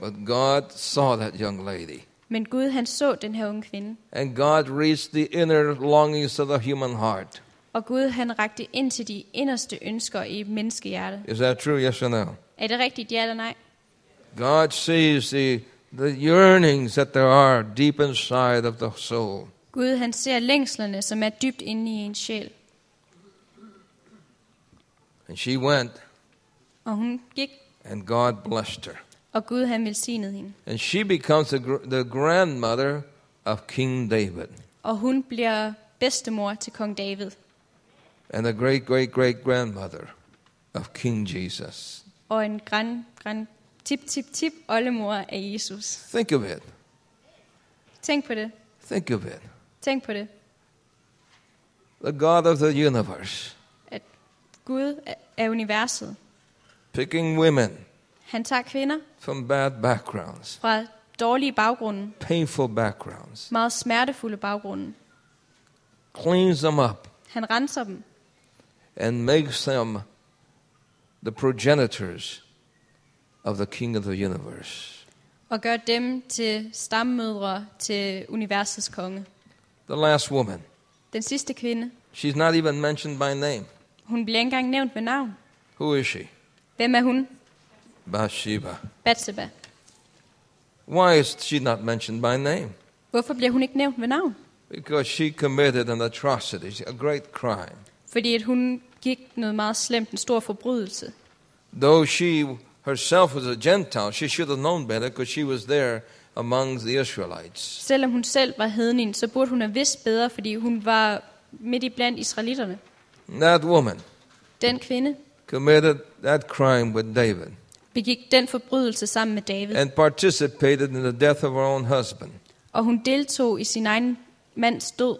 But God saw that young lady, Men Gud, han så den her unge kvinde, and God reached the inner longings of the human heart. og Gud, han rakte ind til de inderste ønsker i menneskehjertet. Is that true? Yes or no? Er det rigtigt, ja eller nej? God sees the, the yearnings that there are deep inside of the soul. Gud han ser længslerne, som er dybt inde i ens sjæl. And she went, Og hun gik, and God blessed her. og Gud han velsignede hende. And she becomes the, gr- the grandmother of King David. Og hun bliver bedstemor til kong David, and the great great great grandmother of King Jesus. og en grand, grand tip, tip, tip oldemor af Jesus. Think of it. Tænk på det. Think of it. Tænk på det. The God of the universe At Gud er- er universet. picking women Han tager kvinder from bad backgrounds, fra dårlige baggrunde, painful backgrounds, meget smertefulde baggrunde. cleans them up, Han renser dem and makes them the progenitors of the King of the universe. og gør dem til stammødre til universets konge. The last woman. Den sidste kvinde, She's not even mentioned by name. hun bliver ikke engang nævnt med navn. Who is she? Hvem er hun? Bathsheba. Bathsheba. Why is she not mentioned by name? Hvorfor bliver hun ikke nævnt ved navn? Because she committed an atrocity, a great crime. Fordi at hun gik noget meget slemt, en stor forbrydelse. Though she herself was a Gentile, she should have known better because she was there among the Israelites. Selvom hun selv var hednin, så burde hun have vidst bedre, fordi hun var midt i blandt israelitterne. That woman Den kvinde committed that crime with David begik den forbrydelse sammen med David, and participated in the death of her own husband. og hun deltog i sin egen mands død.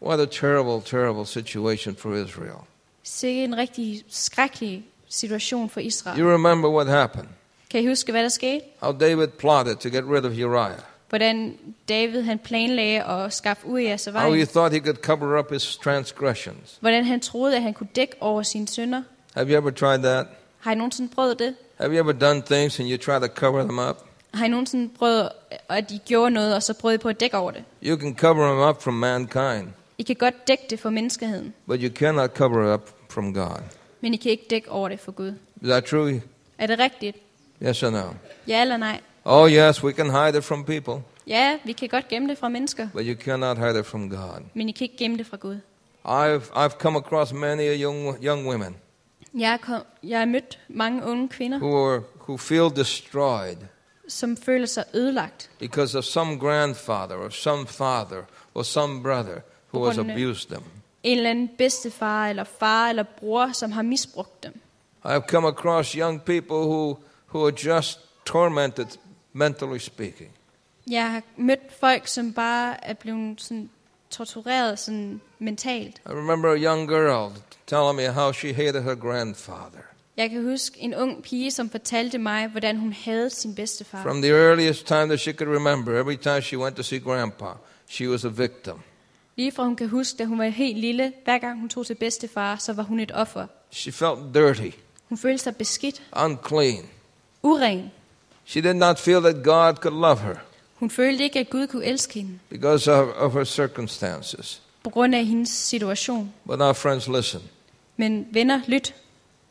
What a terrible, terrible situation for Israel. Sikke en rigtig skrækkelig situation for Israel. You remember what happened? Kan I huske, hvad der skete? How David plotted to get rid of Uriah. Hvordan David han planlagde at skaffe Urias af How he vejen. thought he could cover up his transgressions. Hvordan han troede, at han kunne dække over sine synder. Have you ever tried that? Har I nogensinde prøvet det? Have you ever done things and you try to cover them up? Har I nogensinde prøvet, at I gjorde noget, og så prøvede I på at dække over det? You can cover them up from mankind, I kan godt dække det for menneskeheden, but you cannot cover it up from God. men I kan ikke dække over det for Gud. Is that true? Er det rigtigt? Yes or no? Ja eller nej? Oh, yes, we can hide it from people, Ja, vi kan godt gemme det fra mennesker, but you cannot hide it from God. men I kan ikke gemme det fra Gud. I've, I've come across many a young, young women Jeg er, kom, jeg er mødt mange unge kvinder, who, are, who feel destroyed som føler sig ødelagt because of some grandfather or some father or some brother who has Pokoknya. abused them. en eller anden bedstefar eller far eller bror, som har misbrugt dem. I've come across young people who, who are just tormented, mentally speaking. Jeg har mødt folk, som bare er blevet sådan tortureret sådan mentalt. I remember a young girl telling me how she hated her grandfather. Jeg kan huske en ung pige, som fortalte mig, hvordan hun havde sin bedstefar. From the earliest time that she could remember, every time she went to see Grandpa, she was a victim. Lige fra hun kan huske, da hun var helt lille, hver gang hun tog til bedstefar, så var hun et offer. She felt dirty, Hun følte sig beskidt, unclean. uren. She did not feel that God could love her Hun følte ikke, at Gud kunne elske hende because of, of her circumstances. på grund af hendes situation. But now, friends, listen. Men venner, lyt.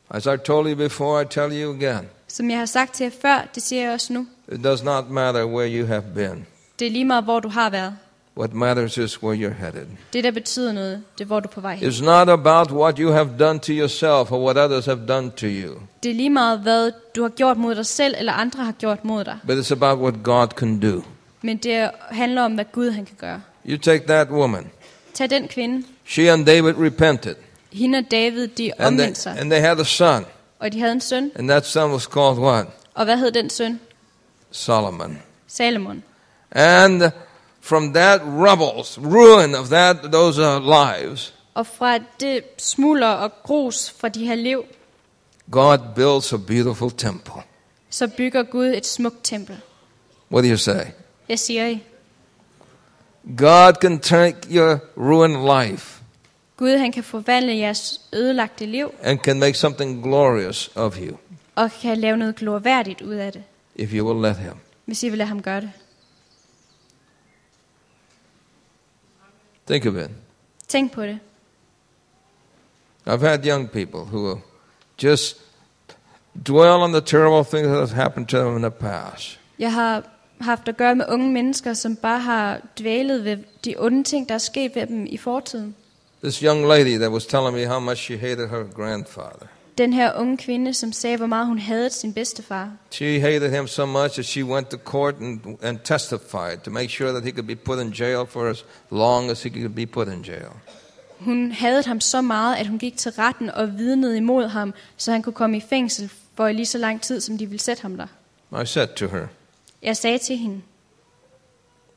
As I told you before, I tell you again. Som jeg har sagt til jer før, det siger jeg også nu. It does not matter where you have been. Det er lige meget, hvor du har været. What matters is where you're headed. Det, der betyder noget, det er, hvor du er på vej hen. It's not about what you have done to yourself or what others have done to you, Det er lige meget, hvad du har gjort mod dig selv, eller andre har gjort mod dig. but it's about what God can do. Men det handler om, hvad Gud han kan gøre. You take that woman. Tag den kvinde. She and David repented, Hende og David, de and they, omvendte sig. and they had a son. Og de havde en søn. And that son was called what? Og hvad hed den søn? Solomon. Salomon. And from that rubble, ruin of that those uh, lives, Og fra det smulder og grus fra de her liv, God builds a beautiful temple. så bygger Gud et smukt tempel. What do you say? Jeg siger I, God can take your ruined life Gud han kan forvandle jeres ødelagte liv, and can make something glorious of you og kan lave noget glorværdigt ud af det, if you will let Him. hvis I vil lade ham gøre det. Think of it. Tænk på det. I've had young people who just dwell on the terrible things that have happened to them in the past. Jeg har haft at gøre med unge mennesker, som bare har dvælet ved de onde ting, der er sket ved dem i fortiden. This young lady that was telling me how much she hated her grandfather. Den her unge kvinde, som sagde, hvor meget hun havde sin bedstefar. She hated him so much that she went to court and, and testified to make sure that he could be put in jail for as long as he could be put in jail. Hun havde ham så meget, at hun gik til retten og vidnede imod ham, så han kunne komme i fængsel for lige så lang tid, som de ville sætte ham der. I said to her, Jeg sagde til hende,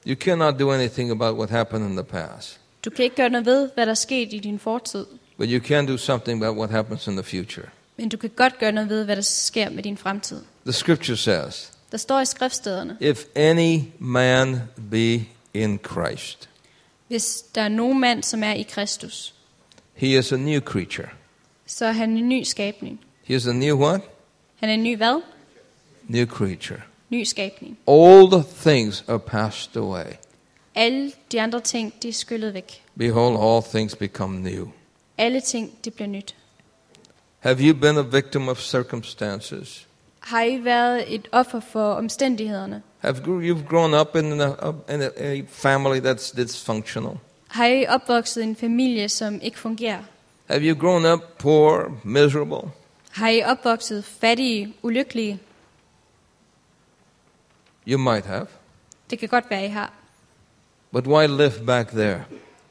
You cannot do anything about what happened in the past, du kan ikke gøre noget ved, hvad der er sket i din fortid, but you can do something about what happens in the future. men du kan godt gøre noget ved, hvad der sker med din fremtid. The scripture says, Der står i skriftstederne, If any man be in Christ, hvis der er nogen mand, som er i Kristus, he is a new creature. så er han en ny skabning. He is a new what? Han er en ny hvad? New creature. Ny skabning. Old things are passed away. Alle de andre ting, de er skyllet væk. Behold, all things become new. Alle ting, det bliver nyt. Have you been a victim of circumstances? Har I været et offer for omstændighederne? Have gr- you've grown up in a, in a, a family that's dysfunctional? Har I opvokset i en familie, som ikke fungerer? Have you grown up poor, miserable? Har I opvokset fattige, ulykkelige? You might have. Det kan godt være, I har. But why live back there?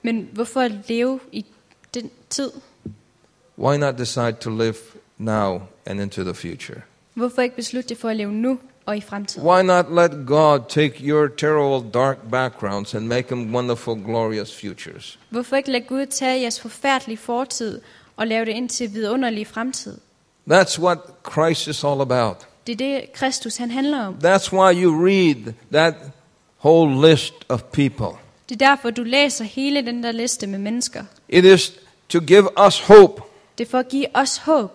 Men hvorfor leve i den tid? Why not decide to live now and into the future? Hvorfor ikke beslutte det for at leve nu og i fremtiden? Why not let God take your terrible dark backgrounds and make them wonderful, glorious futures? Hvorfor ikke lade Gud tage jeres forfærdelige fortid og lave det ind til vidunderlig fremtid? That's what Christ is all about. Det er det, Kristus han handler om. That's why you read that whole list of people. Det er derfor, du læser hele den der liste med mennesker. It is to give us hope, Det er for at give os håb,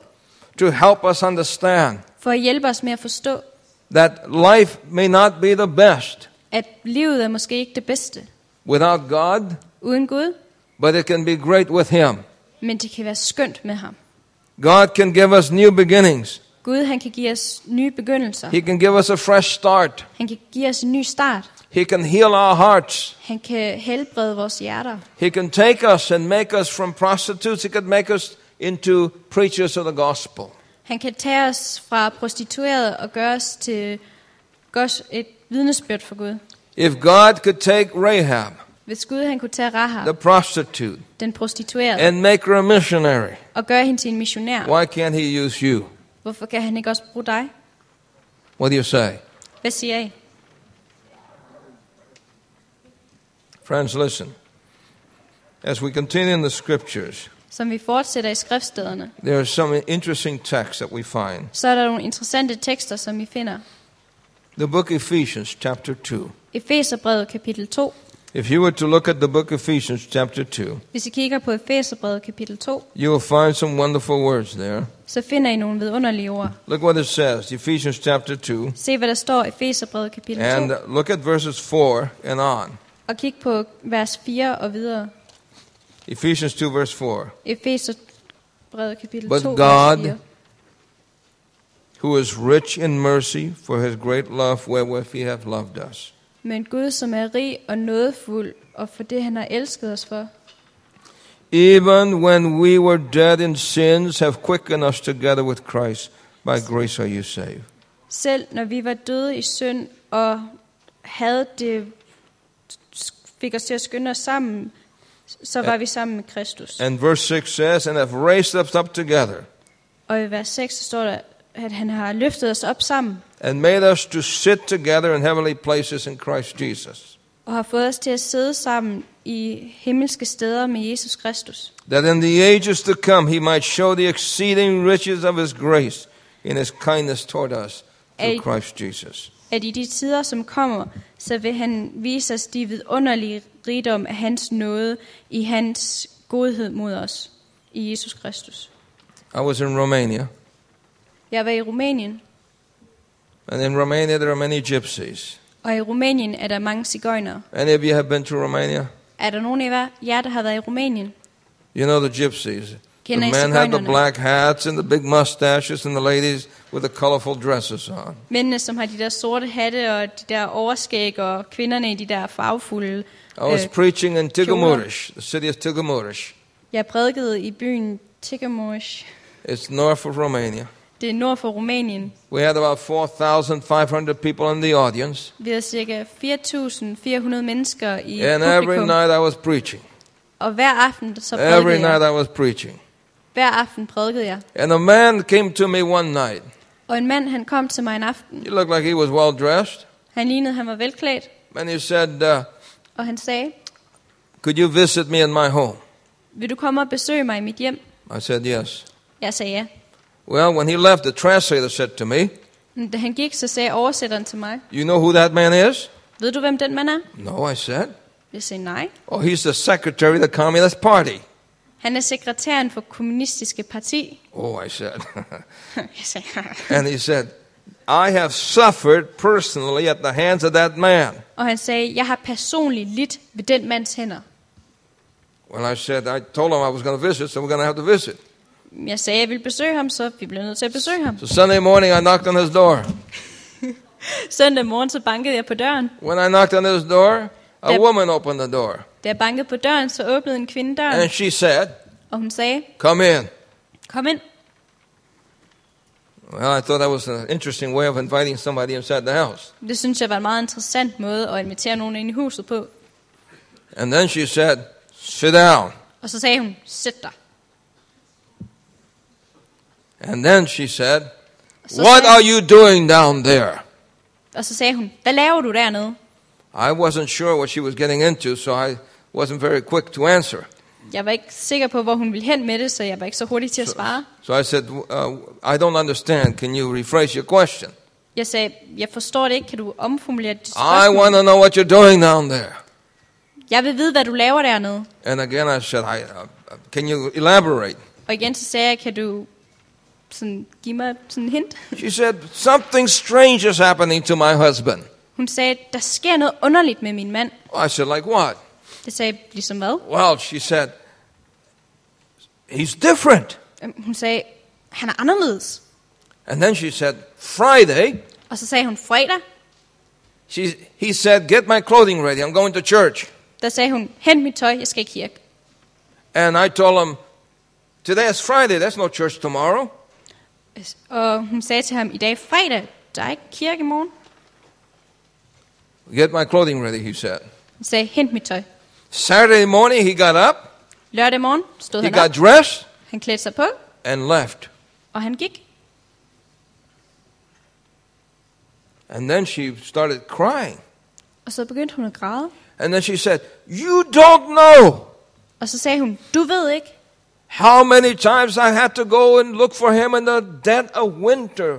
to help us understand for at hjælpe os med at forstå, that life may not be the best at livet er måske ikke det bedste without God, uden Gud, but it can be great with Him. men det kan være skønt med ham. God can give us new beginnings. Gud han kan give os nye begyndelser. He can give us a fresh start. Han kan give os en ny start. He can heal our hearts. Han kan helbrede vores hjerter. He can take us and make us from prostitutes. He can make us into preachers of the gospel. Han kan tage os fra prostitueret og gøre os til gos- et vidnesbyrd for Gud. If God could take Rahab, Hvis Gud han kunne tage the Rahab, prostitute, den prostituerede, and make her a missionary, og gøre hende til en missionær, why can't He use you? hvorfor kan han ikke også bruge dig? What do you say? Hvad siger I? Friends, listen. As we continue in the scriptures, Som vi fortsætter i skriftstederne, there are some interesting texts that we find. så er der nogle interessante tekster, som vi finder. The book Ephesians, chapter 2. Efeserbrevet kapitel 2. If you were to look at the book Ephesians, chapter 2, Hvis I kigger på Efeserbrevet kapitel 2, you will find some wonderful words there. så finder I nogle vidunderlige ord. Look what it says, Ephesians chapter 2, Se, hvad der står i Efeserbrevet kapitel 2, and look at verses 4 and on. og kig på vers 4 og videre. Ephesians 2, verse 4. Efeserbrevet kapitel But 2, God- vers 4. Who is rich in mercy for his great love wherewith he hath loved us. Men Gud, som er rig og nådefuld, og for det, han har elsket os for, Even when we were dead in sins, have quickened us together with Christ. By grace are you saved. selv når vi var døde i synd og havde det, fik os til at skynde os sammen, så var vi sammen med Kristus. And verse 6 says, And have raised us up together, Og i vers 6 så står der, at han har løftet os op sammen, and made us to sit together in heavenly places in Christ Jesus. og har fået os til at sidde sammen i himmelske steder med Jesus Kristus. That in the ages to come he might show the exceeding riches of his grace in his kindness toward us through Eight. Christ Jesus. At i de tider, som kommer, så vil han vise os de vidunderlige rigdom af hans nåde i hans godhed mod os i Jesus Kristus. I was in Romania, Jeg var i Rumænien, and in Romania there are many gypsies. og i Rumænien er der mange cigøjnere. Any of you have been to Romania? Er der nogen af jer- jer, der har været i Rumænien? You know the gypsies. The Kender I men had the cigøjnerne? black hats and the big mustaches, and the ladies with the colorful dresses on. Mændene, som har de der sorte hatte og de der overskæg, og kvinderne i de der farvefulde. I was øh, preaching in Kjoler. Tigamoorish, the city of Tigamoorish. Jeg prædikede i byen Tigamosh. It's north of Romania. Det er nord for Rumænien. We had about 4,500 people in the audience, Vi havde ca. 4.400 mennesker i and every publikum, night I was preaching. og hver aften så Every prædikede night jeg. I was preaching. Hver aften prædikede jeg. And a man came to me one night. Og en mand, han kom til mig en aften. He looked like he was well dressed, Han lignede, han var velklædt, and he said, uh, og han sagde, Could you visit me in my home? vil du komme og besøge mig i mit hjem? I said, Yes. Jeg sagde ja. Well, when he left, the translator said to me, Men da han gik, så sagde oversætteren til mig, You know who that man is? ved du, hvem den mand er? No, I said. Jeg sagde nej. Oh, he's the secretary of the Communist Party. Han er sekretæren for Kommunistiske Parti. Oh, I said. Jeg sagde, and he said, I have suffered personally at the hands of that man. og han sagde, jeg har personligt lidt ved den mands hænder. Well, I said, I told him I was going to visit, so we're going to have to visit. Jeg sagde, jeg ville besøge ham, så vi blev nødt til at besøge ham. So Sunday morning, I knocked on his door. Søndag morgen, så bankede jeg på døren. When I knocked on his door, a Yep. woman opened the door. Da jeg bankede på døren, så åbnede en kvinde døren, And she said, og hun sagde, Come in. kom ind. Well, I thought that was an interesting way of inviting somebody inside the house. Det synes jeg var en meget interessant måde at invitere nogen ind i huset på. And then she said, Sit down. Og så sagde hun, sæt dig. And then she said, Så What sagde- are you doing down there? Og så sagde hun, hvad laver du dernede? I wasn't sure what she was getting into, so I wasn't very quick to answer. Jeg var ikke sikker på, hvor hun ville hen med det, så jeg var ikke så hurtig til at svare. So I said, uh, I don't understand. Can you rephrase your question? Jeg sagde, jeg forstår det ikke, kan du omformulere dit I spørgsmål? want to know what you're doing down there. Jeg vil vide, hvad du laver dernede. And again, I said, I, uh, uh, Can you elaborate? Og igen så sagde jeg, kan du sådan, give mig sådan en hint? She said, Something strange is happening to my husband. Hun sagde, der sker noget underligt med min mand. I said, Like what? Det sagde jeg, ligesom hvad? Well, she said, He's different. Øhm, Hun sagde, han er anderledes. And then she said, Friday, Og så sagde hun, fredag. she, he said, Get my clothing ready. I'm going to church. Der sagde hun, hent mit tøj, jeg skal i kirke. And I told him, Today is Friday. There's no church tomorrow. Og hun sagde til ham, i dag er fredag, der er ikke kirke i morgen. Get my clothing ready, he said. Hun sagde, hent mit tøj. Saturday morning, he got up, Lørdag morgen stod he han got op, dressed, han klædte sig på, and left. og han gik. And then she started crying. Og så begyndte hun at græde. And then she said, You don't know Og så sagde hun, du ved ikke, how many times I had to go and look for him in the dead of winter.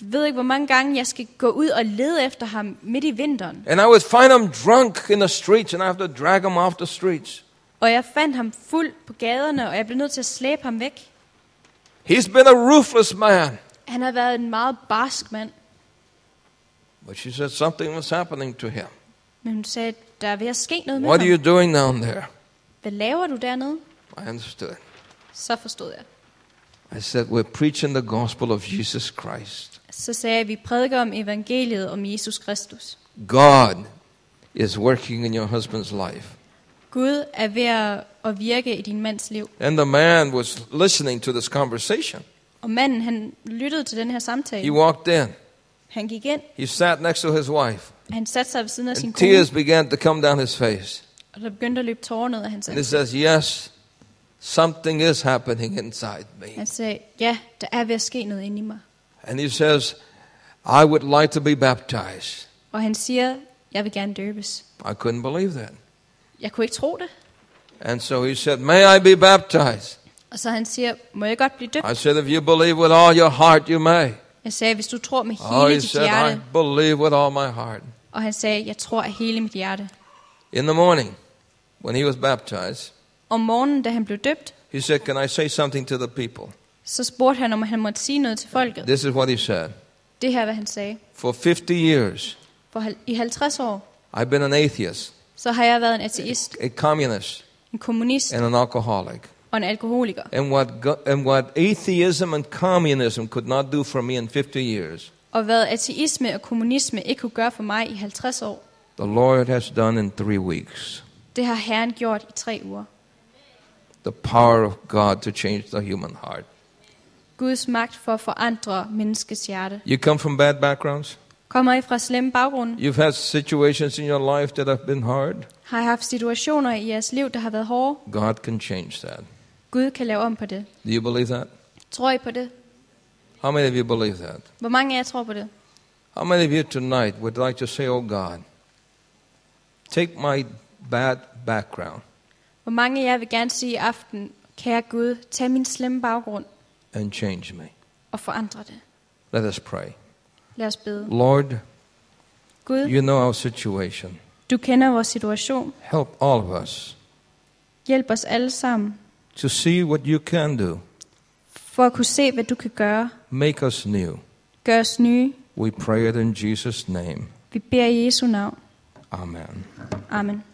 du ved ikke, hvor mange gange jeg skal gå ud og lede efter ham midt i vinteren. And I would find him drunk in the streets, and I have to drag him off the streets. Og jeg fandt ham fuld på gaderne, og jeg blev nødt til at slæbe ham væk. He's been a ruthless man. Han har været en meget barsk mand, But she said something was happening to him. men hun sagde, der er ved at ske noget med What are you ham. doing down there? Hvad laver du dernede? I understood. Så forstod jeg. I said, We're preaching the gospel of Jesus Christ. Så sagde jeg, vi prædiker om evangeliet om Jesus Kristus. God is working in your husband's life. Gud er ved at- at virke i din mands liv. And the man was listening to this conversation. Og manden, han lyttede til den her He samtale. walked in. Han gik ind, He sat next to his wife. han satte sig ved siden af sin And kone, tears began to come down his face. og der begyndte at løbe tårer ned af hans And he ansigt. says, Yes, something is happening inside me. Han sagde, ja, der er ved at ske noget inde i mig. And he says, I would like to be baptized. Og han siger, jeg vil gerne døbes. I couldn't believe that. Jeg kunne ikke tro det. And so he said, May I be baptized? Og så han siger, må jeg godt blive døbt? I said, If you believe with all your heart, you may. Jeg sagde, hvis du tror med Oh, hele he dit said, I hjerte. believe with all my heart. Og han sagde, jeg tror af hele mit hjerte. In the morning, when he was baptized, Om morgenen, da han blev døbt, he said, Can I say something to the people? så spurgte han, om han måtte sige noget til folket. This is what he said. Det her, hvad han sagde. For 50 years, For hal- i 50 år, I've been an atheist, så har jeg været en ateist, a communist, en kommunist and an alcoholic. og en alkoholiker. and what, go- and what atheism and communism could not do for me in 50 years, Og hvad ateisme og kommunisme ikke kunne gøre for mig i 50 år, the Lord has done in three weeks. det har Herren gjort i tre uger. The power of God to change the human heart. Guds magt for at forandre menneskets hjerte. You come from bad backgrounds? Kommer I fra slemme baggrunde? You've had situations in your life that have been hard? Har I haft situationer i jeres liv, der har været hårde? God can change that. Gud kan lave om på det. Do you believe that? Tror I på det? How many of you believe that? Hvor mange af jer tror på det? How many of you tonight would like to say, Oh God, take my bad background Hvor mange af jer vil gerne sige i aften, kære Gud, tag min slemme baggrund and change me? og forandre det. Let us pray. Lad os bede. Lord, Gud, you know our situation. du kender vores situation. Help all of us Hjælp os alle sammen to see what you can do. for at kunne se, hvad du kan gøre. Make us new. Gør os nye. We pray it in Jesus' name. Vi beder i Jesu navn. Amen. Amen.